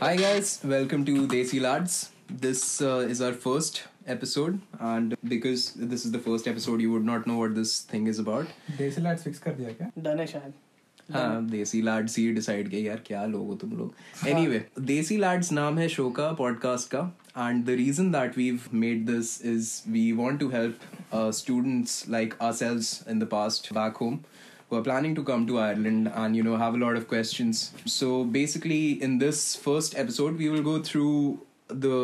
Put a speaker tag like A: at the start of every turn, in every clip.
A: Hi guys, welcome to Desi Lads. This uh, is our first episode, and because this is the first episode, you would not know what this thing is about.
B: देसी light fix कर दिया क्या
C: done है शायद
A: हाँ देसी लाड्स ही decide किया यार क्या लोग हो तुम लोग एनीवे देसी लाड्स नाम है शो का पॉडकास्ट का and the reason that we made this is we want to help students like ourselves in the past back home who are planning to come to Ireland and you know have a lot of questions. So basically in this first episode we will go through the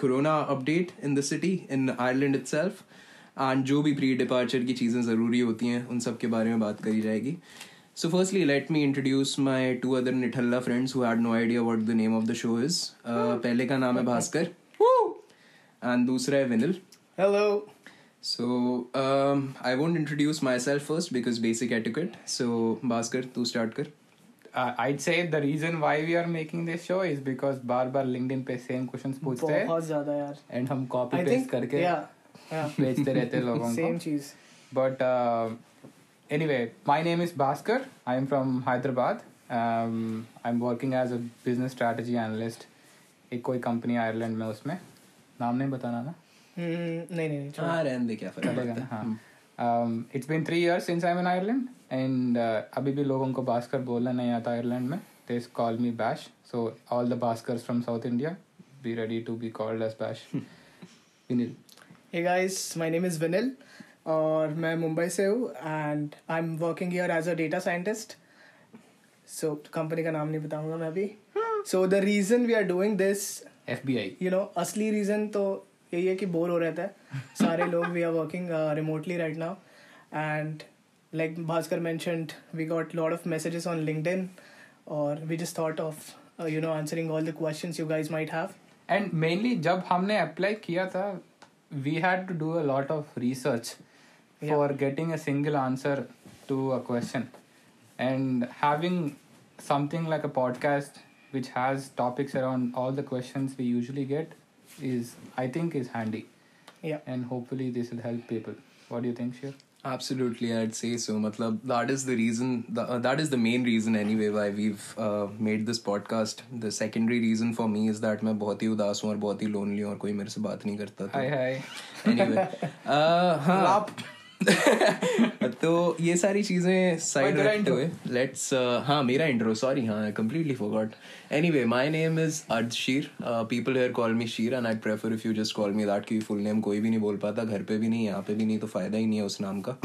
A: corona update in the city in Ireland itself and जो भी pre departure की चीज़ें ज़रूरी होती हैं उन सब के बारे में बात करी जाएगी So, firstly, let me introduce my two other Nithalla friends who had no idea what the name of the show is. Uh, पहले का नाम है भास्कर एंड दूसरा है Vinil um,
C: hello
A: so I won't introduce myself first because basic etiquette so Bhaskar तू start कर
B: Uh, I'd say the reason why we are making this show is because बार बार LinkedIn पे सेम क्वेश्चंस पूछते हैं
C: बहुत ज्यादा यार
B: एंड हम कॉपी
C: आई
B: पेस्ट
C: थिंक
B: करके
C: या या
B: भेजते रहते हैं लोगों
C: सेम
B: को uh,
C: चीज
B: but anyway my name is Bhaskar I am from Hyderabad Um, I am working as a business strategy analyst एक कोई कंपनी आयरलैंड में उसमें नाम नहीं बताना ना
C: Hmm, नहीं नहीं नहीं छोड़ो।
A: हाँ रहने दे क्या फर्क
B: चलेगा
A: पड़ता
B: ना हाँ it's been three years since I am in Ireland and uh, अभी भी लोगों को भास्कर बोलना नहीं आता आयरलैंड में they call me Bash so all the Bhaskar from South India be ready to be called as Bash Vinil
C: Hey guys, my name is Vinil और मैं मुंबई से हूँ and I'm working here as a data scientist. So company का नाम नहीं बताऊंगा मैं अभी So the reason we are doing this,
B: F B I
C: you know, असली reason तो यही है कि बोर हो रहता है सारे लोग we are working remotely right now and like Bhaskar mentioned we got lot of messages on LinkedIn और we just thought of you know answering all the questions you guys might have
B: and mainly जब हमने apply किया था we had to do a lot of research for getting a single answer to a question and having something like a podcast which has topics around all the questions we usually get is I think is handy
C: या
B: and hopefully this will help people what do you think sure
A: Absolutely, I'd say so. Matlab, that is the reason, the, uh, that is the main reason anyway why we've uh, made this podcast. The secondary reason for me is that मैं बहुत ही उदास हूँ और बहुत ही lonely हूँ और कोई मेरे से बात नहीं करता तो
B: हाय हाय
A: anyway, uh, हाँ तो ये सारी चीजें साइड
B: तेरा
A: रखते हुए लेट्स हाँ मेरा इंट्रो सॉरी हाँ completely forgot anyway my name is Ardsheer people here call me Sheer and I prefer if you just call me that क्योंकि फुल नेम कोई भी नहीं बोल पाता घर पे भी नहीं यहाँ पे भी नहीं तो फायदा ही नहीं है उस नाम Uh,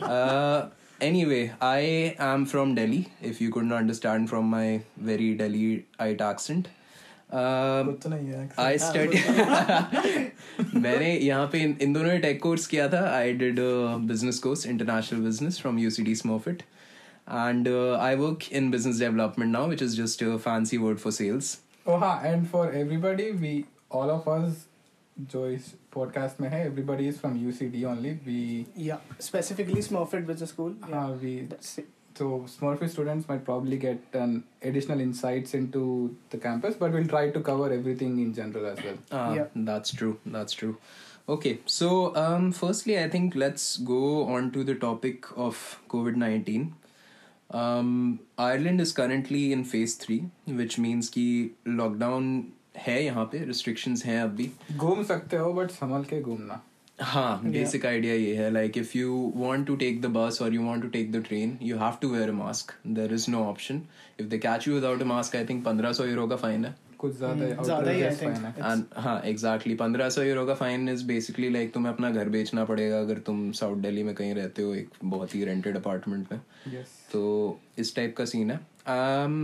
A: का anyway I am from Delhi if you could not understand from my very Delhiite accent Uh,
C: तो नहीं है
A: आई स्टडी मैंने यहाँ पे इन इन दोनों ने टेक कोर्स किया था uh, I did business course international business from U C D Smurfit and I work in business development now which is just fancy word for sales
B: oh हाँ and for everybody we all of us जो इस podcast में है everybody is from UCD only we
C: Yeah, specifically Smurfit Business School. Yeah,
B: Uh, we
C: that's it.
B: so Smurfit students might probably get an additional insights into the campus, but we'll try to cover everything in general as well.
A: Ah,
C: Yeah.
A: That's true. That's true. Okay, so um, firstly, I think let's go on to the topic of COVID 19. Um, Ireland is currently in phase three, which means कि lockdown है यहाँ पे restrictions हैं अब भी
B: घूम सकते हो बट संभल के घूमना
A: हाँ बेसिक आइडिया ये है like if you want to take the bus और you want to take the train you have to wear a mask there is no option if they catch you without a mask I think 1500 euro का fine है
B: कुछ ज्यादा
C: ज्यादा ही Hmm, I think.
A: And- हाँ exactly पंद्रह सौ euro का फाइन इज बेसिकली लाइक तुम्हें अपना घर बेचना पड़ेगा अगर तुम साउथ दिल्ली में कहीं रहते हो एक बहुत ही रेंटेड अपार्टमेंट में तो इस टाइप का सीन है Um,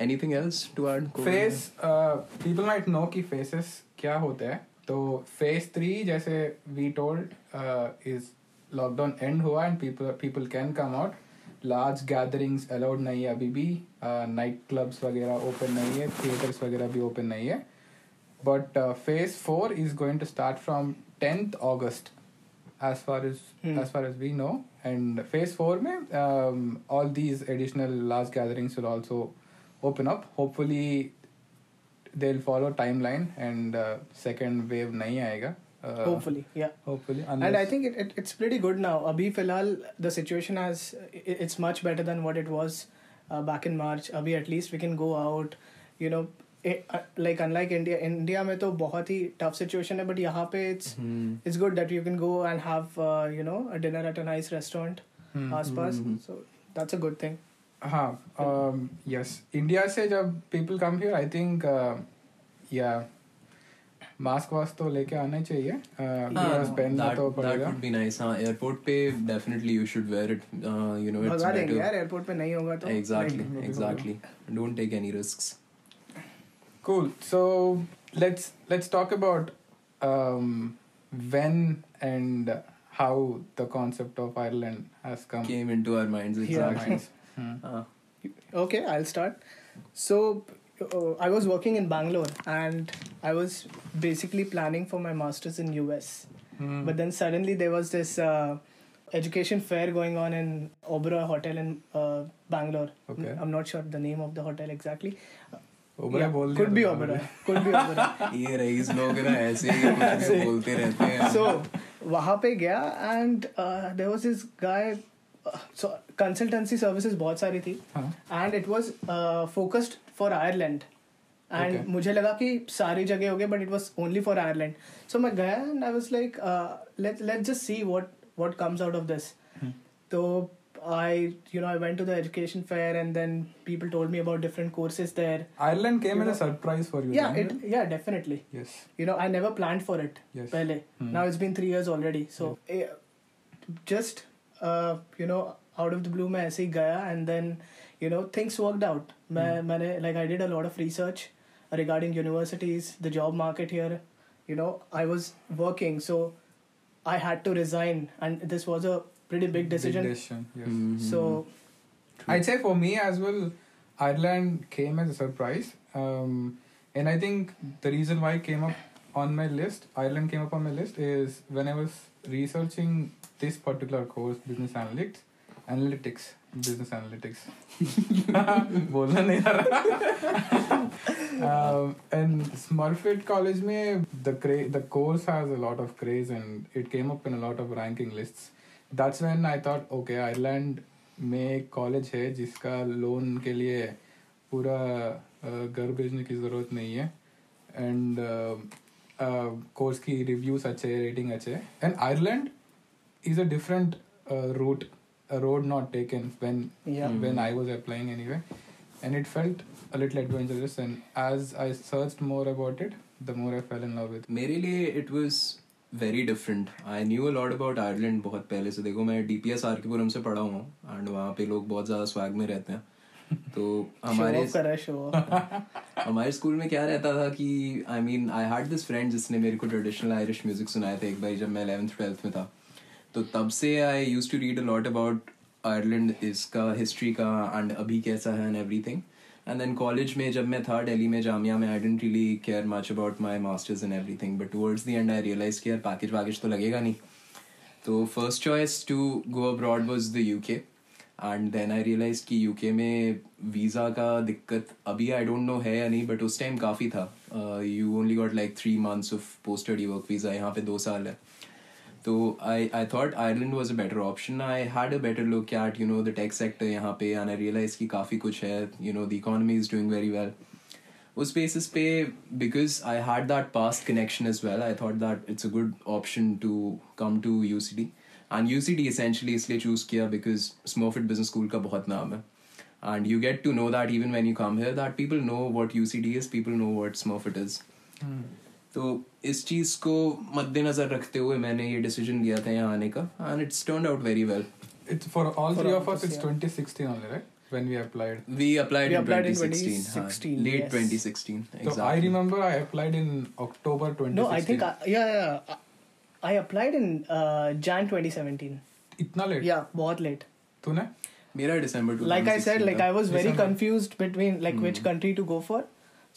A: anything else to add
B: phase people might know कि फेसेस क्या होते हैं तो फेस थ्री जैसे we told is lockdown end हुआ and people people can come out large gatherings allowed नहीं है अभी भी नाइट क्लब्स Uh, वगैरह ओपन नहीं है थिएटर्स वगैरह भी ओपन नहीं है but phase four is going to start from tenth August as far as
C: Hmm.
B: as far as we know and phase 4 mein, um, all these additional large gatherings will also open up hopefully they'll follow timeline and uh, second wave nahi aayega uh,
C: Hopefully, yeah.
B: hopefully
C: And I
B: unless-
C: think it, it, it's pretty good now. Abhi filhal, the situation has, i uh, it's much better than what it was uh, back in March. Abhi at least we can go out, you know like unlike India India में तो बहुत ही tough situation है but यहाँ पे it's it's good that you can go and have you know a dinner at a nice restaurant
B: Mm-hmm.
C: आसपास so that's a good thing
B: Hmm. हाँ yes India से जब people come here I think या mask uh, वास्क तो लेके आने चाहिए uh,
C: Oh.
B: because पहनना तो पड़ेगा
A: एयरपोर्ट हाँ, पे definitely you should wear it you know it's
C: भगा देंगे यार एयरपोर्ट पे नहीं होगा तो
A: exactly exactly don't take any risks
B: Cool. So let's let's talk about um, when and how the concept of Ireland has come.
A: came into our minds
B: to our
A: exactly.
B: minds. Hmm.
A: Uh,
C: Okay, I'll start. So, uh, I was working in Bangalore and I was basically planning for my masters in US.
B: Hmm.
C: But then suddenly there was this uh, education fair going on in Oberoi Hotel in uh, Bangalore.
B: Okay.
C: I'm not sure the name of the hotel exactly.
B: Oberoi
C: Yeah,
B: बोल दिया
C: could be
B: तुमने
C: Oberoi. Could be Oberoi.
A: ये रईस लोग ना ऐसे ही कुछ बोलते रहते हैं
C: so वहाँ पे गया uh, and there was this guy uh, consultancy services बहुत सारी थी
B: हाँ.
C: And it was focused for Ireland and
B: Okay.
C: मुझे लगा कि सारी जगह हो गए but it was only for Ireland so मैं गया and I was like let let just see what what comes out of this
B: Hmm.
C: तो I you know I went to the education fair and then people told me about different courses there
B: Ireland came
C: You
B: as a
C: know-
B: surprise for you.
C: Yeah
B: didn't
C: it या definitely
B: Yes.
C: you know i never planned for it
B: Yes. Hmm.
C: pehle. now it's been three years already so eh, just uh, you know out of the blue मैं ऐसे ही गया and then you know things worked out मैं
B: Hmm.
C: मैंने like i did a lot of research regarding universities the job market here you know i was working so i had to resign and this was a pretty big decision
B: Big decision.
A: Hmm,
B: Hmm. Yes.
C: so
B: I'd say for me as well, Ireland came as a surprise. Um, and I think the reason why it came up on my list, Ireland came up on my list, is when I was researching this particular course, business analytics, analytics, business analytics. बोलना नहीं आ रहा and Smurfit college में the cra- the course has a lot of craze and it came up in a lot of ranking lists that's when i thought okay ireland में एक कॉलेज है जिसका loan के लिए पूरा uh, घर भेजने की ज़रूरत नहीं है एंड कोर्स की रिव्यूज अच्छे रेटिंग अच्छे and Ireland is a different route road not taken when
C: Yeah.
B: when I was applying anyway. And it felt a little adventurous. And as I searched more about it, the more I fell in love with it.
A: मेरे लिए it was very different I knew a lot about Ireland बहुत पहले से देखो मैं DPS RK Puram से पढ़ा हुआ हूँ एंड वहाँ पे लोग बहुत ज्यादा स्वैग में रहते हैं तो
C: show
A: हमारे
C: off कर रहा है show off
A: हमारे स्कूल में क्या रहता था कि I mean I had this friend जिसने मेरे को ट्रेडिशनल आयरिश म्यूजिक सुनाया था एक बार जब मैं 11th 12th में था तो तब से I use to read a lot about Ireland इसका हिस्ट्री का एंड अभी कैसा है and everything and then college में जब मैं था दिल्ली में जामिया में I didn't really care much about my masters and everything but towards the end I realise कि यार पैकेज वैकेज तो लगेगा नहीं तो first choice to go abroad was the UK and then I realise कि यूके में वीज़ा का दिक्कत अभी आई डोंट नो है या नहीं बट उस टाइम काफ़ी था Uh, you only got like three months of post study work visa यहाँ पे दो साल है तो I I thought Ireland was a better option I had a better look at you know the tech sector यहाँ पे एंड आई रियलाइज कि काफ़ी कुछ है you know the economy is doing very well उस बेसिस पे because I had that past connection as well I thought that it's a good option to come to U C D and U C D essentially इसलिए choose किया because Smurfit business school का बहुत नाम है and you get to know that even when you come here that people know what U C D is people know what Smurfit is
C: Hmm.
A: तो इस चीज़ को मद्देनज़र रखते हुए मैंने ये डिसीजन लिया था यहाँ आने का and it's turn out very well
B: It's for all
C: For
B: three
C: all
B: of
C: of
B: us.
C: us,
B: It's
C: yeah.
B: 2016 only, right? When we applied.
A: We applied
C: We
A: in
C: applied in
A: 2016 हाँ,
C: 2016,
A: late 2016
C: yes.
B: So तो I
A: exactly
B: remember I applied in October 2016.
C: no I think I, yeah yeah I- I applied in uh, Jan 2017
B: इतना late.
C: yeah बहुत late
B: तूने?
A: मेरा December
C: like I said,
A: 2016
C: like
A: था।
C: I was very
B: December.
C: confused between like which country to go for,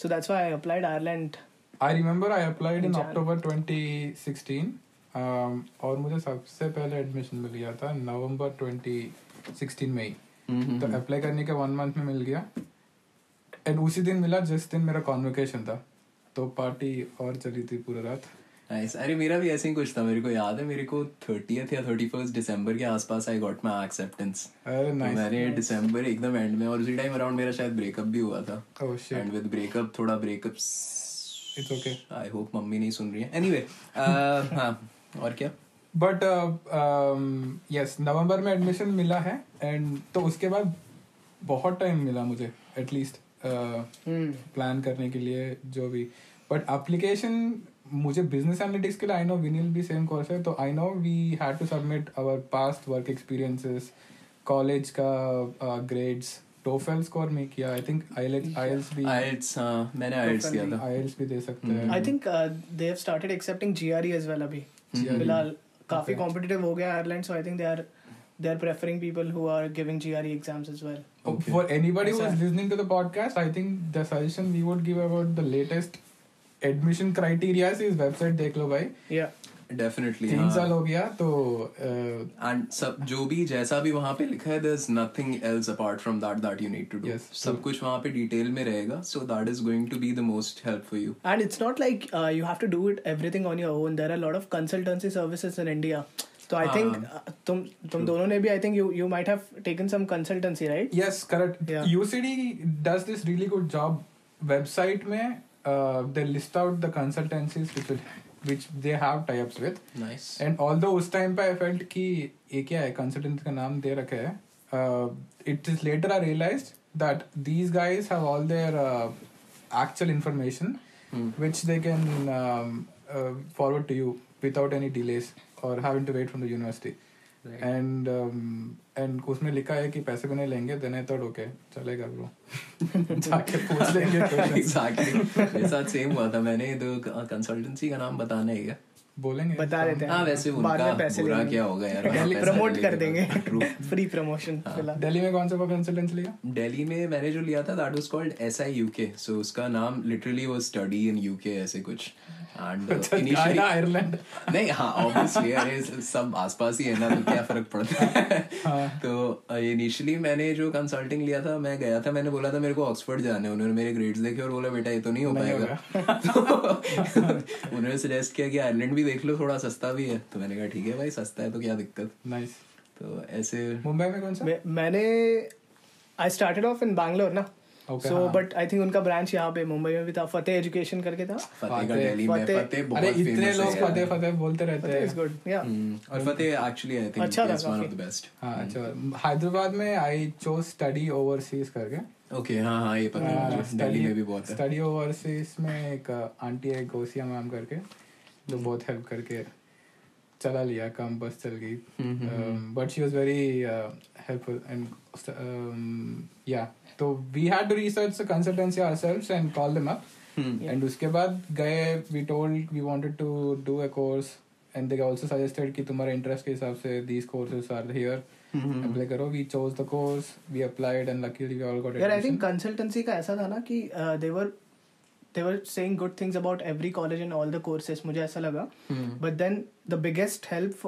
C: so that's why I applied Ireland.
B: I remember I applied in
C: Jan.
B: October 2016. Um, और मुझे सबसे पहले admission मिल गया था नवंबर 2016 में ही
A: हम्म,
B: तो apply करने के वन मंथ में मिल गया एंड उसी दिन मिला जिस दिन मेरा कॉन्वोकेशन था तो पार्टी और चली थी पूरा रात
A: नाइस अरे मेरा भी ऐसे ही कुछ था मेरे को याद है मेरे को थर्टीथ या थर्टी फर्स्ट दिसंबर के आसपास आई गॉट माई एक्सेप्टेंस
B: अरे नाइस
A: तो मैंने दिसंबर एकदम एंड में और उसी टाइम अराउंड मेरा शायद ब्रेकअप भी हुआ था
B: oh shit
A: and with breakup थोड़ा breakup
B: it's okay
A: I hope मम्मी नहीं सुन रही है एनीवे हाँ और क्या
B: बट यस नवंबर um, में एडमिशन मिला है एंड तो उसके बाद बहुत टाइम मिला मुझे एटलीस्ट
C: हम्म
B: प्लान करने के लिए जो भी बट एप्लीकेशन मुझे बिजनेस एनालिटिक्स के लिए आई नो विनिल भी सेम कोर्स है तो I know we had to submit our past work experiences college का uh, ग्रेड्स टोफेल स्कोर में किया आई थिंक आईएलएस भी
A: आइल्स हाँ मैंने आइल्स किया था
B: आईएलएस भी दे सकते हैं
C: I think they have started accepting GRE as well अभी
B: GRE.
C: फिलहाल काफी
B: Okay.
C: कॉम्पिटिटिव हो गया Ireland so I think they are they are preferring people who are giving GRE exams as well
A: Okay.
B: For anybody who is
C: Exactly.
B: listening to the podcast, I think the suggestion we would give about the latest admission criteria is website देख लो भाई
C: या
A: definitely
B: तीन साल हो गया तो uh,
A: and हाँ। सब जो भी जैसा भी वहाँ पे लिखा है there is nothing else apart from that that you need to do
B: Yes,
A: सब
B: true.
A: कुछ वहाँ पे डिटेल में रहेगा so that is going to be the most help for you
C: And it's not like uh, you have to do it everything on your own. There are a lot of consultancy services in India. So I think
A: Um,
C: uh, तुम तुम दोनों ने भी I think you you might have taken some consultancy right?
B: yes correct
C: Yeah.
B: UCD does this really good job website में uh, they list out the consultancies which will- which they have tie-ups with
A: nice
B: and all though उस time पे I felt कि ये क्या है consultant का नाम दे रखा है it is later I realise that these guys have all their actual information
A: Hmm.
B: Which they can forward to you without any delays और having to wait from the university and and um, उसमें लिखा है कि पैसे भी नहीं लेंगे then I thought okay चलेगा ब्रो जाके पूछ लेंगे questions।
A: एग्जैक्टली मेरे साथ सेम हुआ था मैंने तो कंसल्टेंसी का नाम बताना ही है
B: बोलेंगे
C: बता देते हैं
A: हाँ वैसे
C: बाद
A: उनका
C: में पैसे
A: बुरा
C: लेंगे।
A: क्या होगा यार वहाँ
C: Promote
A: पैसा लेने
C: कर
A: के
C: देंगे।
A: बाद। True.
C: Free promotion फिलहाल
B: हाँ। दिल्ली में कौन सा कंसल्टेंसी लिया
A: दिल्ली में मैंने जो लिया था that was called S I UK so उसका नाम literally was study in UK ऐसे कुछ एंड
C: अच्छा,
A: इनिशियली
B: अच्छा, आयरलैंड
A: नहीं हाँ ऑब्वियसली अरे सब आसपास ही है ना तो क्या फर्क पड़ता है
B: हाँ,
A: तो इनिशियली मैंने जो कंसल्टिंग लिया था मैं गया था मैंने बोला था मेरे को ऑक्सफोर्ड जाने उन्होंने मेरे ग्रेड्स देखे और बोला बेटा ये तो नहीं हो
B: नहीं
A: पाएगा तो उन्होंने सजेस्ट किया कि आयरलैंड भी देख लो थोड़ा सस्ता भी है तो मैंने कहा ठीक है भाई सस्ता है तो क्या दिक्कत
B: नाइस
A: तो ऐसे
B: मुंबई में कौन सा
C: मैं- मैंने I started off in Bangalore ना
B: Okay,
C: सो
B: हाँ।
C: बट आई थिंक उनका ब्रांच यहाँ पे मुंबई में भी था फतेह एजुकेशन करके था
A: फतेहगढ़
B: फतेह-
A: दिल्ली में
C: फतेह-
A: फतेह
B: अरे
A: बहुत
B: इतने
A: फेमस
B: लोग
A: है
B: फतेह
A: यार।
B: फतेह बोलते रहते
C: फतेह इज
B: हैं
C: गुड या
B: Hmm,
A: हम्म, और फतेह एक्चुअली आई थिंक
C: अच्छा था
A: इज वन ऑफ
C: काफी।
A: द बेस्ट
B: हाँ अच्छा हैदराबाद में आई चो स्टडी ओवरसीज करके
A: ओके हाँ हाँ ये पता है मुझे दिल्ली में भी बहुत है
B: स्टडी ओवरसीज में एक आंटी है गोसिया मैम करके जो
A: हम्म।
B: बहुत हेल्प करके चला लिया काम बस चल गई
A: हम्म,
B: Um, but she was very helpful and या um, तो we had to research the consultancy ourselves and call them up
A: hmm,
B: and उसके बाद गए we told we wanted to do a course and they also suggested कि तुम्हारे interest के हिसाब से दीस कोर्सेज आर हियर
A: हम्म,
B: अप्लाई करो we chose the course we applied and luckily we all got
C: यार आई थिंक कंसल्टेंसी का ऐसा था ना कि uh, they were they were saying good things about every college and all the courses मुझे ऐसा लगा
A: हम्म,
C: but then the biggest help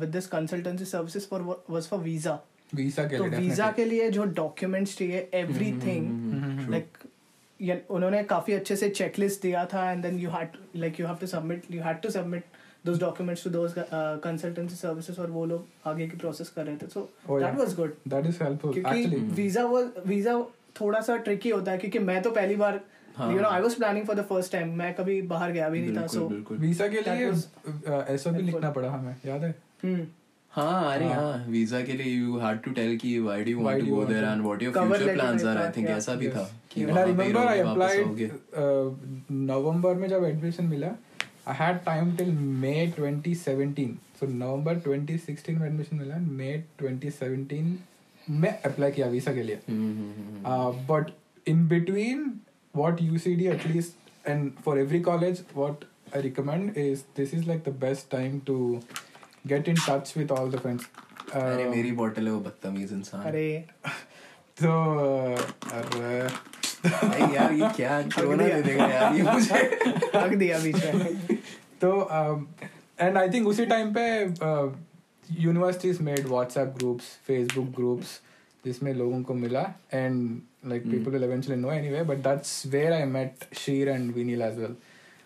C: with this consultancy services for was for visa
B: visa के
C: तो
B: लिए
C: वीजा
B: definitely. हम्म,
C: के लिए जो डॉक्यूमेंट्स चाहिए एवरीथिंग लाइक उन्होंने काफी अच्छे से चेकलिस्ट दिया था and then you had like you have to submit you had to submit those documents to those consultancy services और वो लोग आगे की प्रोसेस कर रहे थे so
B: Oh,
C: that
B: yeah.
C: Was good
B: That is helpful.
C: क्योंकि
B: Actually, Hmm.
C: वीजा वो वीजा थोड़ा सा ट्रिकी होता है क्योंकि मैं तो पहली बार
B: हाँ.
C: You know I was planning for the first time मैं कभी बाहर गया भी नहीं था
A: हाँ। बिल्कुल
C: सो
A: बिल्कुल
B: वीजा के
C: That
B: लिए
C: was
B: एसओपी
C: helpful.
B: लिखना पड़ा हमें याद है
C: hmm,
A: हाँ अरे हाँ वीजा के लिए यू हैड टू टेल कि why do you
B: Why
A: want
B: do
A: to
B: you
A: go
B: want
A: there
B: to-
A: and what your
C: Cover
A: future
C: letter
A: plans are I
C: type,
A: think
C: yeah.
A: ऐसा भी था कि
B: एंड
A: वहाँ
B: आई
A: पे ही
B: रिमेम्बर आई
A: रहोगे, वापस आओगे
B: अप्लाइड नवंबर uh, में जब एडमिशन मिला I had time till May 2017 so नवंबर 2016 में एडमिशन मिला मई 2017 में अप्लाई किया वीसा के लिए
A: हम्म, हम्म,
B: but in between what ucd at least and for every college what i recommend is this is like the best time to get in touch with all the friends
A: हम्म। अरे
B: Um,
A: मेरी bottle है वो बदतमीज
B: हाँ.
A: इंसान
C: अरे
B: so uh, तो, अरे,
A: भाई यार ये क्या कोरोना दे देगा यार ये मुझे
C: रख दिया बीच में
B: तो एंड आई थिंक उसी टाइम पे uh, universities made WhatsApp groups Facebook groups जिसमें लोगों को मिला
A: Hmm.
B: And like people will eventually know anyway but that's where I met Shir and Vinil as well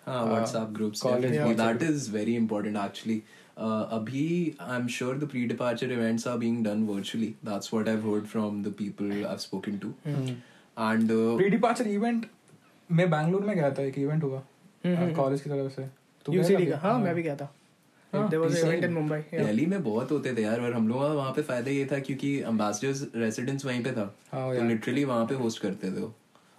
A: हाँ WhatsApp groups
B: college
A: definitely.
B: WhatsApp
A: that is very important actually. Uh, abhi, I'm sure the pre-departure events are being done virtually. That's what I've heard from the people I've spoken to. And uh,
B: pre departure event मैं बैंगलोर में गया था एक event हुआ college की तरफ से तू गया
C: यूसीडी
B: था
C: का
B: क्या?
C: हाँ मैं भी गया था
B: हाँ,
C: there was
A: T-side.
C: Event in Mumbai
A: Delhi में बहुत होते थे यार और हम लोग वहाँ पे फायदा ये था क्योंकि अम्बेसडर्स रेसिडेंस वहीं पे था
B: हाँ
A: तो
B: यार।
A: लिटरली वहाँ पे होस्ट करते थे वो।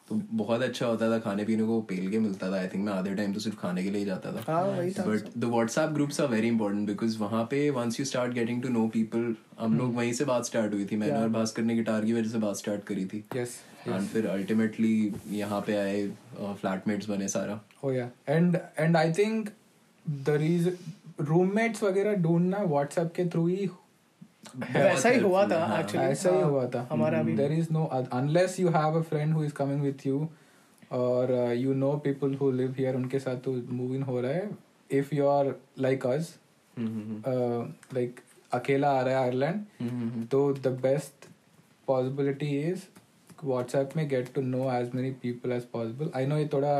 A: तो बहुत अच्छा होता था खाने पीने को पेल के मिलता था आई थिंक मैं आधे टाइम तो सिर्फ खाने के लिए ही जाता था
C: हाँ वही था
A: but the WhatsApp groups are very important because वहाँ पे once you start getting to know people हम
C: Hmm.
A: लोग वहीं से बात स्टार्ट हुई थी मैंने और भास्कर ने गिटार की वजह से बात स्टार्ट करी थी
B: यस
A: एंड फिर अल्टीमेटली यहाँ पे आए फ्लैटमेट्स बने सारा
B: Oh yeah, and and I think the reason roommates वगैरह ढूंढना WhatsApp के through ही हाँ,
C: वैसा ही हुआ था एक्चुअली
B: ऐसा ही हुआ था
C: हाँ, हमारा भी
B: there is no unless you have a friend who is coming with you और uh, you know people who live here उनके साथ तो मूव इन हो रहा है if you are like us hmm. Like Uh, अकेला आ रहा है
A: Mm-hmm.
B: आयरलैंड तो the best possibility is WhatsApp में get to know as many people as possible I know ये थोड़ा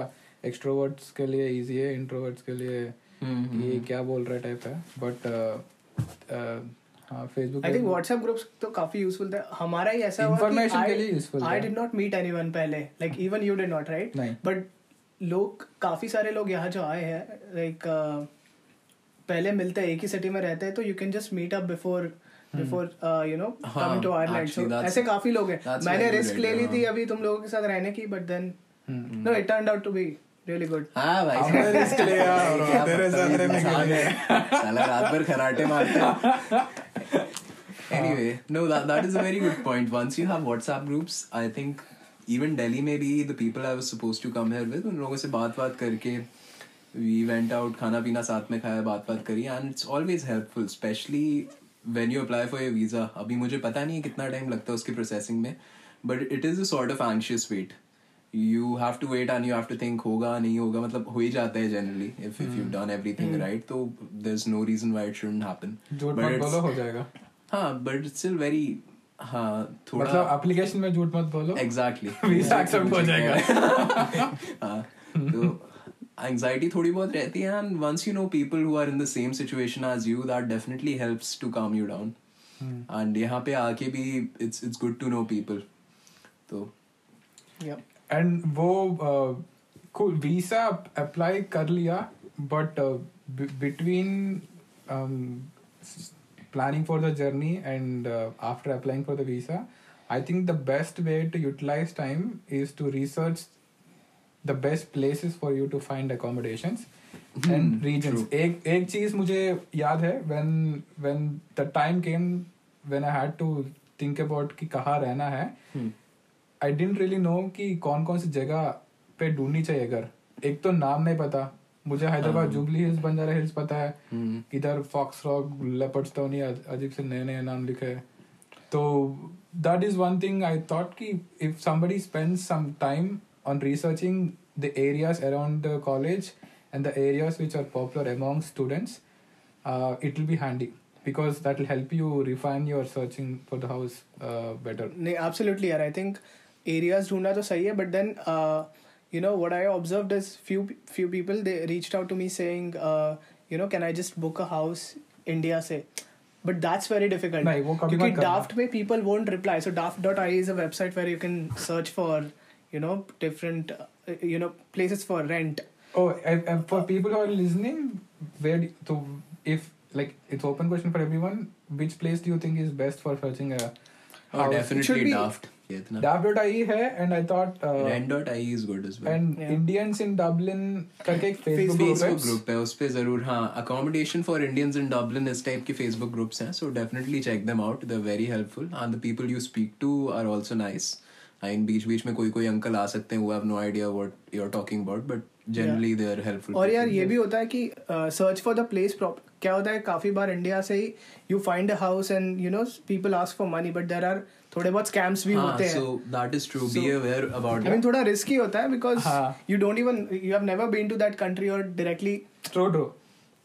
B: एक्सट्रोवर्ट्स के लिए इजी है इंट्रोवर्ट्स के लिए
A: Mm-hmm.
B: ये क्या बोल रहा टाइप है बट हाँ Facebook
C: I think WhatsApp groups तो काफी यूजफुल था हमारा ही ऐसा हुआ कि
B: Information के
C: I-
B: लिए useful
C: I
B: था।
C: did not meet anyone पहले like even you did not right
B: नहीं।
C: बट लोग काफी सारे लोग यहाँ जो आए हैं लाइक पहले मिलते हैं एक ही सिटी में रहते हैं तो you can just meet up before before you know
A: Hmm. हाँ,
C: coming to Ireland
A: actually, that's-
C: ऐसे काफी लोग हैं
A: that's
C: मैंने
A: very good
C: रिस्क ले
A: idea,
C: ली
A: हाँ। Hmm,
C: थी अभी तुम लोगों के साथ रहने की but then no it turned out to be really good
A: हाँ भाई
B: हमने
A: साहब।
B: risk लिया और
A: क्या
B: तेरे
A: पता
B: सामने
A: भी
B: निकल
A: इंसान है। साला रात भर खराटे मारता है anyway no that that is a very good point once you have whatsapp groups i think even delhi में भी the people i was supposed to come here with उन लोगों से बात बात करके we went out खाना पीना साथ में खाया बात बात करी and it's always helpful especially when you apply for your visa अभी मुझे पता नहीं है कितना time लगता है उसकी processing में but it is a sort of anxious wait you have to wait and you have to think होगा नहीं होगा मतलब हो ही जाता है generally if if
B: Hmm.
A: you've done everything right तो there's no reason why it shouldn't happen
B: झूठ
A: but
B: मत
A: it's-
B: बोलो हो जाएगा
A: हाँ बट इट्स स्टिल वेरी हाँ
B: मतलब
A: थोड़ा
B: एप्लीकेशन में झूठ मत बोलो
A: एग्जैक्टली
B: वीजा एक्सेप्ट हो जाएगा
A: हाँ तो एंग्जाइटी थोड़ी बहुत रहती है and once you know people who are in the same situation as you that definitely helps to calm you down
B: Hmm.
A: And यहाँ पे आके भी it's it's good to know people तो
C: या
B: एंड वो uh, कूल वीजा अप्लाई कर लिया uh, but between um, planning for the journey and after applying for the visa I think the best way to utilise time is to research the best places for you to find accommodations and regions एक एक चीज मुझे याद है when when the time came when i had to think about कि कहाँ रहना है
A: Hmm.
B: I didn't really know कि कौन कौन सी जगह पे ढूंढनी चाहिए घर एक तो नाम नहीं पता मुझे हैदराबाद जुबली हिल्स बंजारा हिल्स पता है इधर फॉक्स रॉक लेपर्ड्स टाउन ये अजीब से नए नए नाम लिखे हैं तो that is one thing I thought ki if somebody spends some time on researching the areas around the college and the areas which are popular among students, uh, it will be handy because that will help you refine your searching for the house uh, better.
C: नहीं absolutely यार I think areas ढूंढना तो सही है uh, but then you know what I observed is few few people they reached out to me saying you know can I just book a house India से but that's very difficult
B: नहीं, वो कभी मत
C: क्योंकि
B: करना।
C: Daft में people won't reply so Daft dot I is a website where you can search for you know different you no places for rent
B: Oh, and, and for people who are listening, where do, so if like it's open question for everyone, which place do you think is best for searching a
A: और
B: house?
A: Definitely
C: be-
A: Daft हाँ, ये इतना
B: Dab.ie है and I thought uh,
A: rent dot I is good is
B: and
C: Yeah.
B: Indians in Dublin करके एक Facebook group है
A: Facebook group है उस पे जरूर हाँ accommodation for Indians in Dublin इस टाइप के फेसबुक ग्रुप्स हैं so definitely check them out they very helpful and the people you speak to are also nice I हाँ, बीच बीच में कोई कोई अंकल आ सकते हैं वो have no idea what you are talking about but generally they are helpful
C: और यार ये भी होता है कि सर्च फॉर द प्लेस प्रॉप क्या होता है काफी बार इंडिया से ही you find a house and you know people ask for money but there are थोड़े बहुत स्कैम्स भी
D: हाँ,
A: हाँ,
C: होते हैं
A: so that is true be aware about
C: I mean थोड़ा रिस्की होता है बिकॉज
B: हाँ।
C: You don't even you have never been to that country और डायरेक्टली
B: True, true.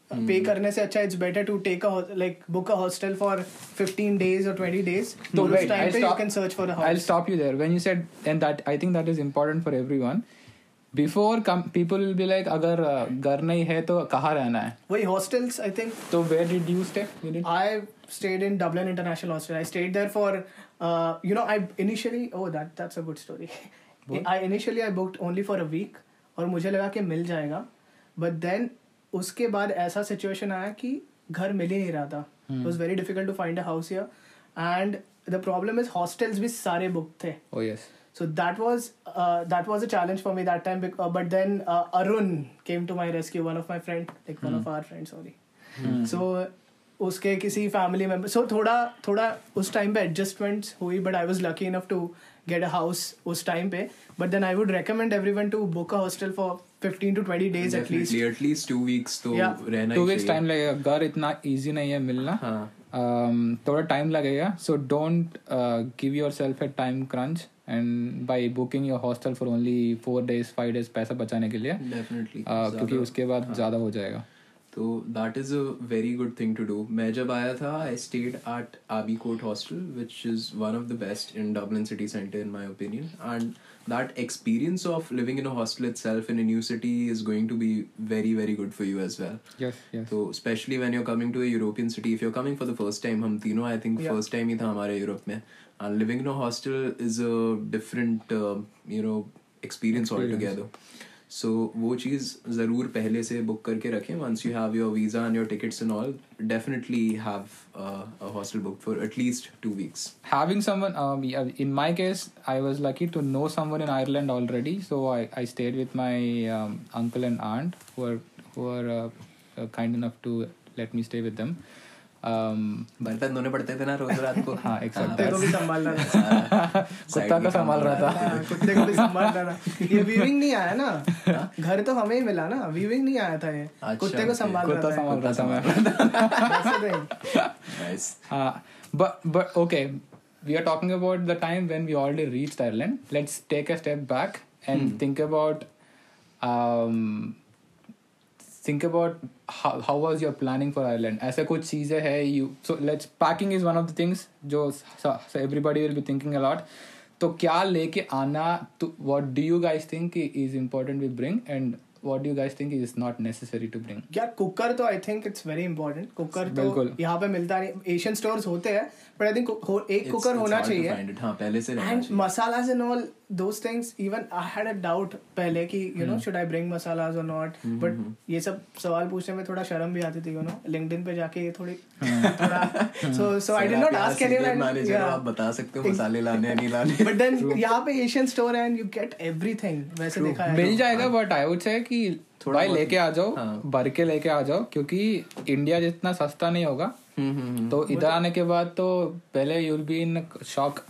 C: Hmm. पे
D: Hmm।
C: करने से अच्छा it's better to take a like book a hostel for 15 days और 20 डेज
D: No,
C: तो उस
D: wait,
C: टाइम
D: I'll
C: पे you
D: stop-
C: can search for a
D: I'll
C: house
D: stop you there. When you said, and that I think that is important for everyone.
B: Before people will be like अगर uh, घर नहीं है तो कहाँ रहना है
C: वही हॉस्टल्स आई थिंक
B: तो where did you stay
C: I stayed in Dublin International Hostel. I stayed there for, uh, you know, I initially. Oh, that that's a good story. I initially I booked only for a week और मुझे लगा कि मिल जाएगा but then उसके बाद ऐसा situation आया कि घर मिल ही नहीं रहा था it was very difficult to find a house here and the problem is hostels भी सारे बुक थे
B: oh yes
C: so that was uh, that was a challenge for me that time bec- uh, but then uh, arun came to my rescue one of my friend like one of our friends sorry
B: Hmm.
A: Mm-hmm.
C: so उसके किसी family member so थोड़ा थोड़ा उस time पे adjustments हुई but I was lucky enough to get a house उस time पे but then I would recommend everyone to book a hostel for 15 to 20 days at least
A: Definitely, at least two weeks तो
C: Yeah.
A: रहना
B: two
A: ही
B: weeks
A: चाहिए।
B: Time लगेगा घर इतना easy नहीं है मिलना
A: हाँ
B: um, थोड़ा टाइम लगेगा uh, so don't give yourself a time crunch and by booking your hostel for only four days five days पैसा बचाने के लिए uh,
A: डेफिनेटली
B: क्योंकि उसके बाद
A: हाँ।
B: ज़्यादा हो जाएगा
A: तो that is a very good thing to do मैं जब आया था I stayed at Abbey Court hostel which is one of the best in Dublin city centre in my opinion and that experience of living in a hostel itself in a new city is going to be very very good for you as well
B: yes yes
A: तो specially when you are coming to a European city if you are coming for the first time हम तीनों I think
C: Yeah.
A: First time ही था हमारे Europe में and living in a hostel is a different you know experience all together so वो चीज़ ज़रूर पहले से बुक करके रखें once you have your visa and your tickets and all definitely have a hostel book for at least two weeks
B: having someone um, yeah, in my case i was lucky to know someone in ireland already so i, I stayed with my um, uncle and aunt who are who are uh, uh, kind enough to let me stay with them um,
A: बर्तन धोने पड़ते थे ना रोज रात को
B: हाँ,
A: हाँ,
B: exact.
C: कुत्ते को भी संभालना था
B: कुत्ता का संभाल रहा था
C: हाँ, कुत्ते को भी संभालना था ये वीविंग नहीं आया ना घर तो हमें ही मिला ना वीविंग नहीं आया था ये
A: हाँ? अच्छा,
C: कुत्ते को
A: okay.
C: संभाल
B: कुत्ता
C: रहा था
B: संभाल रहा था मैं
C: ऐसे नहीं।
A: Nice.
B: Uh, but but okay, we are talking about the time when we already reached Ireland. Let's take a step back and think about um, think about how, how was your planning for Ireland. ऐसा कुछ चीज़ें है you so let's packing is one of the things जो so, so everybody will be thinking a lot. तो क्या लेके आना तो what do you guys think is important we bring and what do you guys think is not necessary to bring
C: यार cooker तो I think it's very important cooker तो
B: बिल्कुल।
C: यहाँ पे मिलता नहीं एशियन स्टोर्स होते हैं बट आई थिंक एक
A: It's-
C: कुकर
A: it's
C: होना
A: hard to
C: चाहिए
A: find it. हाँ, पहले से रहना
C: and
A: चाहिए
C: masalas and all those things even i had a doubt पहले कि you
A: Hmm.
C: know should i bring masalas or not but ये सब सवाल पूछने में थोड़ा शर्म भी आती थी you know linkedin पे जाके ये थोड़ी थोड़ा so so i
A: हाँ। सर, आप
C: did not
A: यहाँ
C: ask anyone
A: senior
C: and-
A: manager हो, आप
C: yeah.
A: बता सकते हो मसाले लाने हैं, नहीं लाने
C: but then यहाँ पे asian store है and you get everything वैसे देखा है तो।
B: मिल जाएगा बट आई वुड से कि
A: थोड़ा
B: भाई
A: बहुत-
B: लेके आ जाओ
A: हाँ।
B: भर के लेके आ जाओ क्योंकि इंडिया जितना सस्ता नहीं होगा
A: हम्म,
B: तो इधर आने के बाद तो पहले यूल बी इन शॉक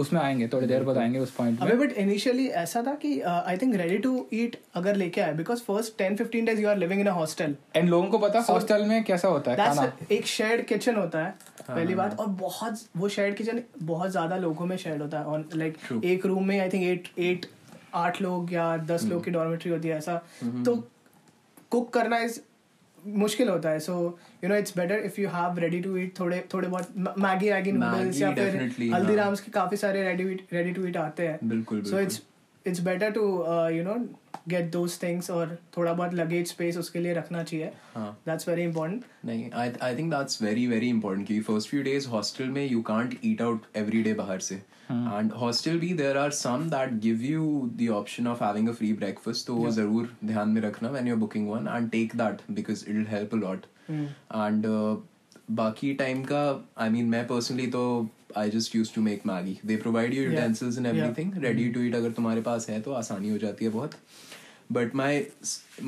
B: उसमें आएंगे थोड़ी देर बाद आएंगे उस पॉइंट
C: अबे
B: में
C: बट इनिशियली ऐसा था कि uh, I think ready to eat अगर लेके आए because first 10 15 days you are living in a hostel
B: and लोगों को पता हॉस्टल में कैसा होता है खाना
C: That's एक शेयर्ड किचन होता है
A: हाँ,
C: पहली बात और बहुत वो शेयर्ड किचन बहुत ज्यादा लोगों में शेयर्ड होता है और लाइक एक रूम में आई थिंक एट एट आठ लोग या दस लोग
A: Hmm.
C: की डॉर्मेट्री होती है ऐसा
A: हम्म,
C: तो कुक करना इज मुश्किल होता है so you know it's better if you have ready to eat थोड़े थोड़े बहुत मैगी वैगी नूडल्स
A: Maggi
C: या फिर
A: definitely, हाँ।
C: हल्दीराम्स के काफी सारे रेडी रेडी टू ईट आते हैं
A: बिल्कुल,
C: सो
A: बिल्कुल।
C: It's it's better to you know get those things और थोड़ा बहुत लगेज स्पेस उसके लिए रखना चाहिए
A: हाँ।
C: दैट्स वेरी इंपॉर्टेंट
A: नहीं I I think that's very very important क्योंकि फर्स्ट फ्यू डेज हॉस्टल में you can't eat out every day बाहर से
C: Hmm.
A: एंड हॉस्टल भी there are some that give you the option of having a free breakfast तो वो जरूर ध्यान में रखना when you are booking one and take that because it will help a lot and uh, बाकी time का I mean मैं personally तो I just use to make Maggi they provide you
C: Yeah.
A: Utensils and
C: Yeah. Mm-hmm.
A: Everything ready to eat अगर तुम्हारे पास है तो आसानी हो जाती है बहुत but my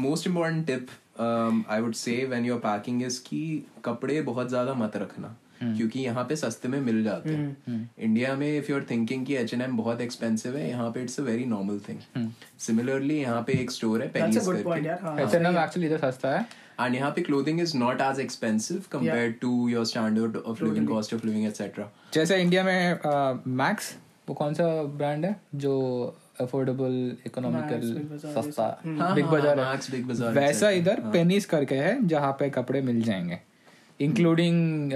A: most important tip I would say when your packing is कि कपड़े बहुत ज्यादा मत रखना
C: Hmm.
A: क्योंकि यहाँ पे सस्ते में मिल जाते हैं इंडिया में इफ यू आर थिंकिंग कि एच एन एम बहुत एक्सपेंसिव है यहाँ पे it's a very normal thing similarly यहाँ पे एक स्टोर है
C: Hmm. That's
A: pennies
C: a good point,
A: करके
C: यार. हाँ,
B: एच एक्चुअली इधर सस्ता है
A: and यहाँ पे clothing is not as expensive compared to your standard of living cost of living etc
B: जैसे इंडिया में मैक्स वो कौन सा ब्रांड है जो affordable
C: Max, Big
B: economical
C: Bazaar,
B: सस्ता
A: हाँ,
C: Hmm.
B: बिग
A: हाँ,
B: बाजार
A: Max, Big
B: है
A: Bazaar, हाँ।
B: वैसा
A: exactly.
B: इधर पेनीस करके है जहाँ पे कपड़े मिल जाएंगे uh, including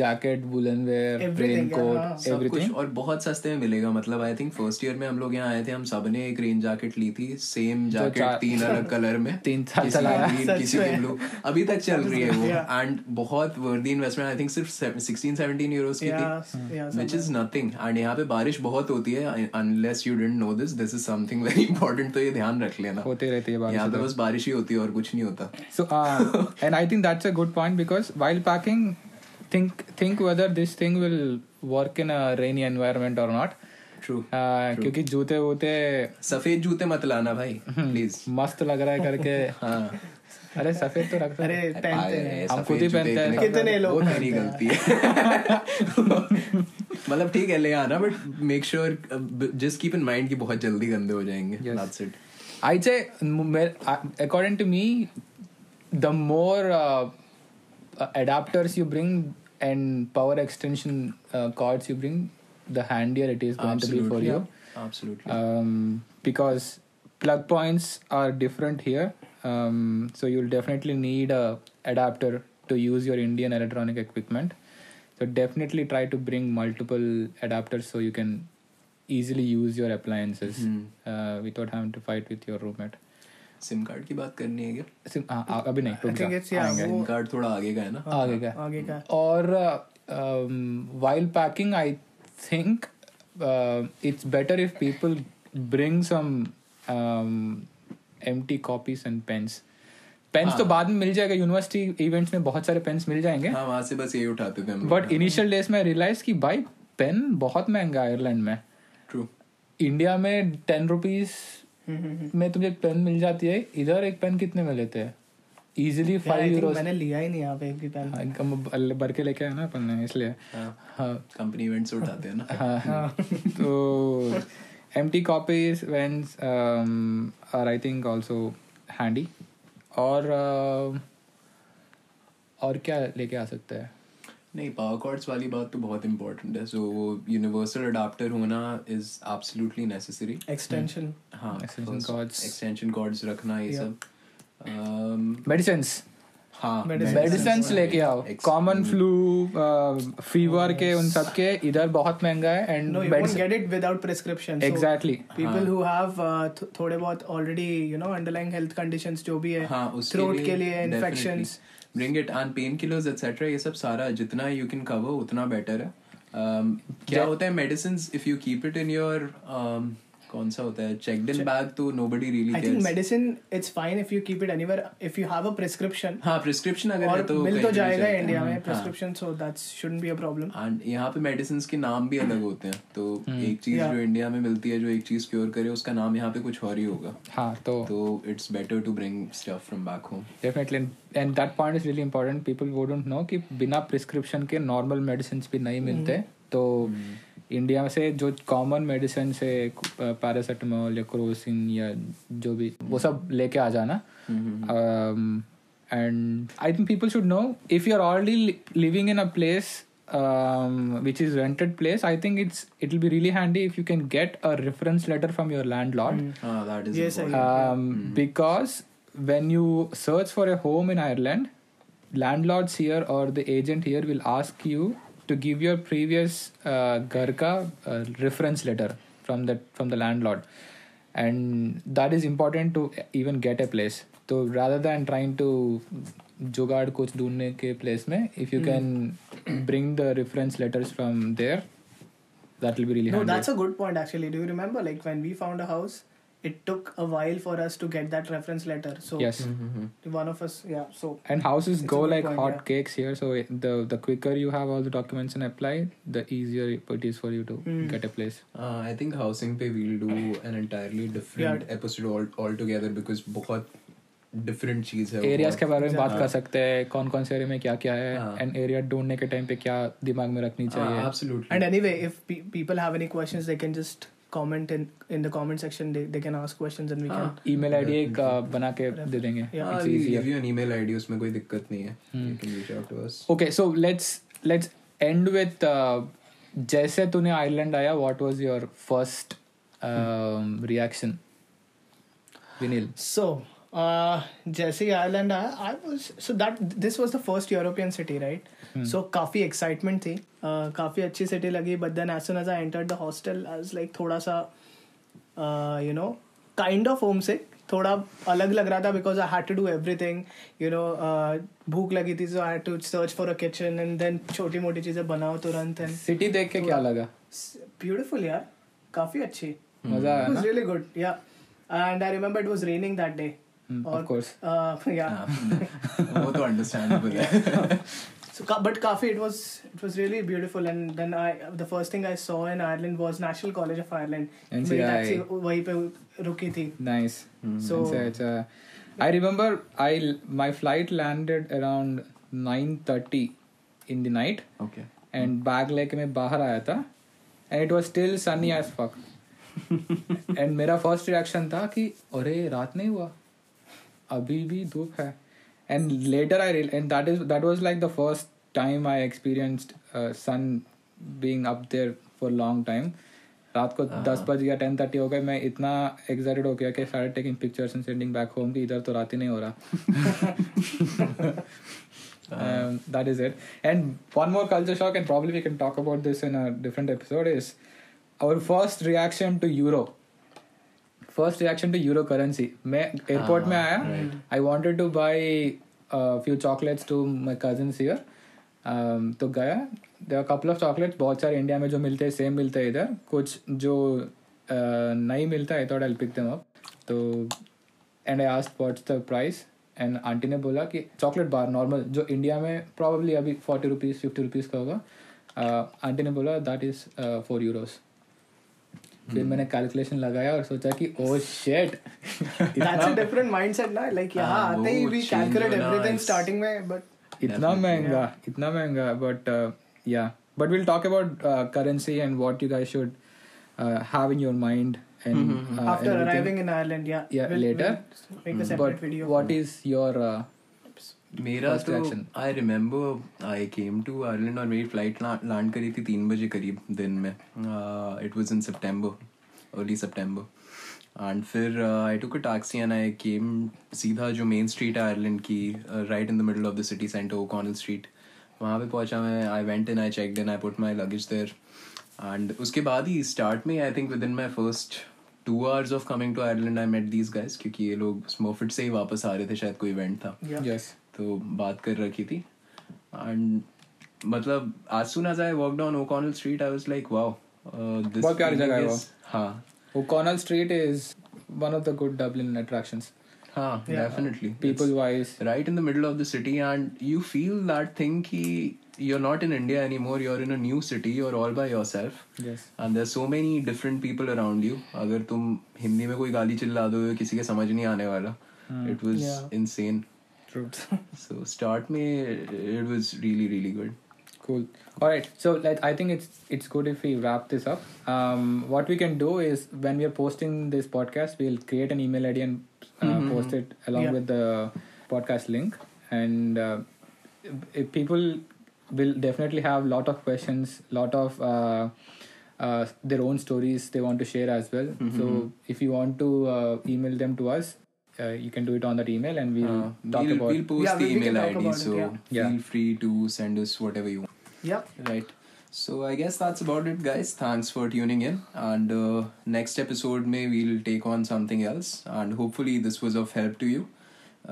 B: jacket woollen wear
C: Everything,
B: rain
C: हाँ,
B: कोट
A: सब कुछ
B: एवरीथिंग
A: और बहुत सस्ते में मिलेगा मतलब आई थिंक फर्स्ट ईयर में हम लोग यहाँ आए थे हम सब ने एक रेन जैकेट ली थी सेम
B: जो
A: जैकेट
B: चार-
A: तीन अलग कलर में
B: तीन साल
A: किसी
B: चलाया।
A: की ग्रीन
C: सच
A: किसी की
C: में।
A: ब्लू अभी तक चल रही है वो
C: Yeah.
A: एंड बहुत वर्दी इन्वेस्टमेंट आई थिंक सिर्फ सिक्सटीन सेवनटीन यूरोस की थी
C: हम्म। हाँ।
A: विच इज नथिंग एंड यहाँ पे बारिश बहुत होती है unless you don't know this this is something very important तो ये ध्यान रख लेना
B: होते रहती है बारिश
A: यहाँ पे बस बारिश ही होती है और कुछ नहीं होता
B: So, uh, and I think that's a good point because while packing, think think whether this thing will work in a rainy environment or not.
A: True.
B: Uh, क्योंकि जूते वूते
A: सफेद जूते मत लाना भाई
B: हम्म।
A: प्लीज
B: मस्त लग रहा है करके
A: हाँ
B: अरे सफेद तो रखते
C: अरे पहनते हैं
B: हम खुद ही तो पहनते हैं।
C: कितने लोग
A: मेरी गलती है मतलब ठीक है ले आना but make sure just keep in mind कि बहुत जल्दी गंदे हो जाएंगे
B: Yes.
A: That's it
B: I'd say, m- mer- uh, according to me, the more uh, uh, adapters you bring and power extension uh, cords you bring, the handier it is going to be for
A: Absolutely.
B: you.
A: Absolutely
B: um, because plug points are different here um, so you'll definitely need a adapter to use your indian electronic equipment so definitely try to bring multiple adapters so you can easily use your appliances uh, without having to fight with your roommate
A: SIM card की बात करनी है क्या
B: Sim- ah, ah, abhi nahi,
C: I
B: ruk
C: think
B: ja,
C: it's yeah,
B: aayenge.
A: SIM card थोड़ा आगे का है ना
B: आगे का
C: हाँ, आगे का।
B: और um, while packing i think uh, it's better if people bring some um, empty copies and pens pens तो बाद में मिल जाएगा यूनिवर्सिटी इवेंट्स में बहुत सारे पेन्स मिल जाएंगे
A: हाँ वहाँ से बस यही उठाते थे हम
B: बट इनिशियल डेज में रियलाइज कि भाई पेन बहुत महंगा है आयरलैंड में
A: ट्रू
B: इंडिया में टेन रुपीज
C: हम्म,
B: में तुझे पेन मिल जाती है इधर एक पेन कितने में लेते हैं इजिली फाइव
C: फाइव
B: यूरोज
C: मैंने लिया ही नहीं यहाँ पे एक भी पेन
B: हाँ, इनकम अब भर के लेके आए ना अपन ने इसलिए हाँ
A: कंपनी इवेंट से उठाते हैं ना
B: हाँ तो empty copies vents um, are I think also handy और uh, और क्या लेके आ सकते हैं
A: नहीं पावर कॉर्ड्स वाली बात तो बहुत इंपॉर्टेंट है सो वो यूनिवर्सल अडाप्टर होना इज एब्सोल्युटली नेसेसरी
C: एक्सटेंशन
A: हाँ
B: Extension cords.
A: एक्सटेंशन कॉर्ड्स रखना ये सब um,
B: मेडिसिन्स
A: हाँ
C: Medicines.
B: मेडिसिन्स लेके आओ
A: Ex- mm.
B: Common flu fever के उन सब के इधर बहुत महंगा है and
C: no you won't get it without prescription
B: exactly
C: people who have uh, थोड़े बहुत already you know underlying health conditions जो भी है
A: हाँ उसके
C: थ्रोट के लिए infection
A: bring it and painkillers etcetera ये सब सारा जितना यू कैन कवर उतना बेटर है um, क्या होता है medicine if you keep it in your um, कौन सा होता है चेक्ड इन बैग तो nobody really
C: I think
A: cares
C: medicine it's fine if you keep it anywhere if you have a prescription
A: हाँ प्रिस्क्रिप्शन अगर है
C: और
A: तो
C: मिल
A: कहीं
C: तो
A: भी
C: जाएगा
A: जाता है।
C: इंडिया में
A: हाँ।
C: Prescription so that shouldn't be a problem
A: and यहाँ पे मेडिसिन के नाम भी अलग होते हैं तो
B: हम्म।
A: एक चीज
C: Yeah.
A: जो इंडिया में मिलती है जो एक चीज क्योर करे उसका नाम यहाँ पे कुछ और ही होगा
B: हाँ तो
A: तो it's better to bring stuff from back home
B: definitely and that point is really important people who don't know कि बिना प्रिस्क्रिप्शन के नॉर्मल मेडिसिन भी नहीं मिलते तो इंडिया से जो कॉमन मेडिसिन है पैरासीटामोल या क्रोसिन या जो भी वो सब लेके आ जाना हम्म। Um, and I think people should know if you are already living in a place um which is rented place i think it's it will be really handy if you can get a reference letter from your landlord
C: Hmm.
A: हाँ that is
C: ये सही है।
B: um,
C: Mm-hmm.
B: because when you search for a home in Ireland, landlords here or the agent here will ask you to give your previous uh, Gharka uh, reference letter from the from the landlord, and that is important to even get a place. So rather than trying to jugaad कुछ ढूंढने के place में if
C: Mm.
B: You can bring the reference letters from there that will be really
C: No, that's a good point actually. Do you remember like when we found a house, it took a while for us to get that reference letter. So
B: yes
C: one of us, yeah. So
B: And houses
C: It's
B: go
C: a good
B: like
C: point,
B: hot
C: yeah.
B: cakes here, so it- the the quicker you have all the documents and apply, the easier it is for you to
C: Hmm.
B: get a place.
A: I think housing पे we'll do an entirely different episode all together because बहुत different चीज है वो
B: areas
A: बहुत।
B: के बारे में बात कर सकते हैं कौन कौन से एरिया में क्या क्या
A: हाँ।
B: है एंड एरिया ढूंढने के टाइम पे क्या दिमाग में रखनी
A: हाँ,
B: चाहिए
A: absolutely.
C: and anyway, if pe- people have any questions, they can just comment in in the comment section. They they can ask questions and we can.
B: Email ID एक अ, बना के दे देंगे
A: हाँ,
B: It's
A: we'll
B: easier.
A: give you an email ID, उसमें कोई दिक्कत नहीं है
B: हम्म।
A: You can reach out to us.
B: okay so let's let's end with uh, जैसे तूने आयरलैंड आया what was your first um, reaction विनील
C: So uh, जैसे ही आयरलैंड आया I was so that this was the first European city right so काफ़ी excitement थी uh, काफ़ी अच्छी सिटी लगी but then as soon as I entered the hostel I like थोड़ा uh, सा you know kind of home से थोड़ा अलग लग रहा था because I had to do everything you know uh, भूख लगी थी so I had to search for a kitchen and then छोटी मोटी चीज़ें बनाओ तुरंत एंड
B: सिटी देख
C: तो
B: के क्या लगा
C: ब्यूटिफुल यार काफ़ी अच्छी
B: मजा आया
C: It
B: ना
C: was really good. Yeah, and I remember it was raining that day.
B: Hmm,
C: Or-
B: of course
C: Uh, yeah.
A: हम्म। वो तो अंडरस्टैंडेबल है
C: So, ka- but Kafi, it was it was really beautiful. And then I the first thing I saw in Ireland was National College of Ireland.
B: NCI.
C: मेरी taxi वहीं पे रुकी थी.
B: nice
A: Hmm,
C: So
B: It's a- Mm-hmm. it's a- I remember I my flight landed around 9:30 in the night
A: okay
B: and bag लेके मैं बाहर आया था and it was still sunny as fuck and मेरा first reaction था कि अरे रात नहीं हुआ अभी भी धूप है and later I real and that is that was like the first time I experienced uh, sun being up there for long time रात को दस बज गया टेन थर्टी हो गया मैं इतना एक्साइटेड हो गया कि सारे taking pictures and sending back home कि इधर तो रात ही नहीं हो रहा that is it and one more culture shock and problem we can talk about this in a different episode is our first reaction to euro first reaction to euro currency मैं airport में आया I wanted to buy few chocolates to my cousins here तो गया there couple of chocolates बहुत सारे India में जो मिलते हैं सेम मिलते हैं इधर कुछ जो uh, नहीं मिलता है तो आई पिक देम अप तो and I ask what's the price and aunty ने बोला कि चॉकलेट बार नॉर्मल जो इंडिया में प्रॉब्ली अभी फोर्टी रुपीज़ फिफ्टी रुपीज़ का होगा uh, आंटी ने बोला दैट इज़ फोर यूरोस फिर मैंने कैलकुलेशन लगाया और सोचा कि "Oh, O shed
C: that's a different mindset ना like यहाँ
A: हाँ,
C: आते ही
A: Ah, वो
C: we
A: change
C: calculate
A: होना
C: everything
A: is- Ah,
C: starting में but
B: इतना महंगा इतना महंगा uh, बट या but will talk about currency and what you guys should have in your mind and
C: after arriving in Ireland yeah
B: uh, Yeah, later.
C: make
A: Hmm.
C: a separate
B: but
C: video
B: what is your uh,
A: मेरा
B: First
A: तो
B: reaction.
A: I remember I came to Ireland और मेरी flight land करी थी तीन बजे करीब दिन में Uh, it was in September early September and फिर uh, I took a taxi and I came सीधा जो मेन स्ट्रीट है आयरलैंड की uh, right in the middle of the city centre O'Connell street वहाँ पे पहुँचा मैं I went in I check in I put my luggage there and उसके बाद ही स्टार्ट में I think within my first two hours of coming to Ireland I met these guys क्योंकि ये लोग स्मोफिट से ही वापस आ रहे थे शायद कोई इवेंट था
C: yeah
B: यस
A: तो बात कर रखी थी एंड मतलब as soon as i walked down o'connell street i was like wow uh, this
B: बहुत प्यारी
A: feeling
B: जगह है
A: is-
B: वो।
A: हाँ
B: O'Connell street is one of the good Dublin attractions
A: हाँ definitely
B: people wise
A: right in the middle of the city and you feel that thing ki you're not in india anymore you're in a new city you're all by yourself
B: yes
A: and there's so many different people around you अगर तुम हिंदी में कोई गाली चिल्ला दोगे किसी के समझ नहीं आने वाला it was
C: Yeah.
A: insane
B: truth
A: so start में it was really really good
B: Cool. All right. So let, I think it's it's good if we wrap this up. Um, what we can do is when we are posting this podcast, we'll create an email ID and uh,
A: Mm-hmm.
B: post it along
C: Yeah.
B: with the podcast link. And uh, if people will definitely have lot of questions, lot of uh, uh, their own stories they want to share as well.
A: Mm-hmm.
B: So if you want to uh, email them to us, uh, you can do it on that email, and we'll
A: Uh,
B: talk
A: we'll,
B: about.
A: we'll post
C: Yeah,
A: the
C: we- we can
A: email
C: talk
A: ID,
C: about it,
A: so
C: yeah.
B: Yeah.
A: feel free to send us whatever you want.
C: yeah
A: Right. So I guess that's about it, guys. Thanks for tuning in. And uh, next episode, may we'll take on something else. And hopefully, this was of help to you.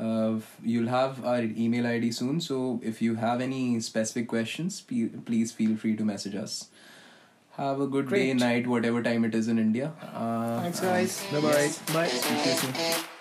A: Uh, you'll have our email ID soon. So if you have any specific questions, pe- please feel free to message us. Have a good day,
C: Great.
A: night, whatever time it is in India. Uh,
C: thanks guys
A: Bye bye.
C: bye
A: Speak to you soon.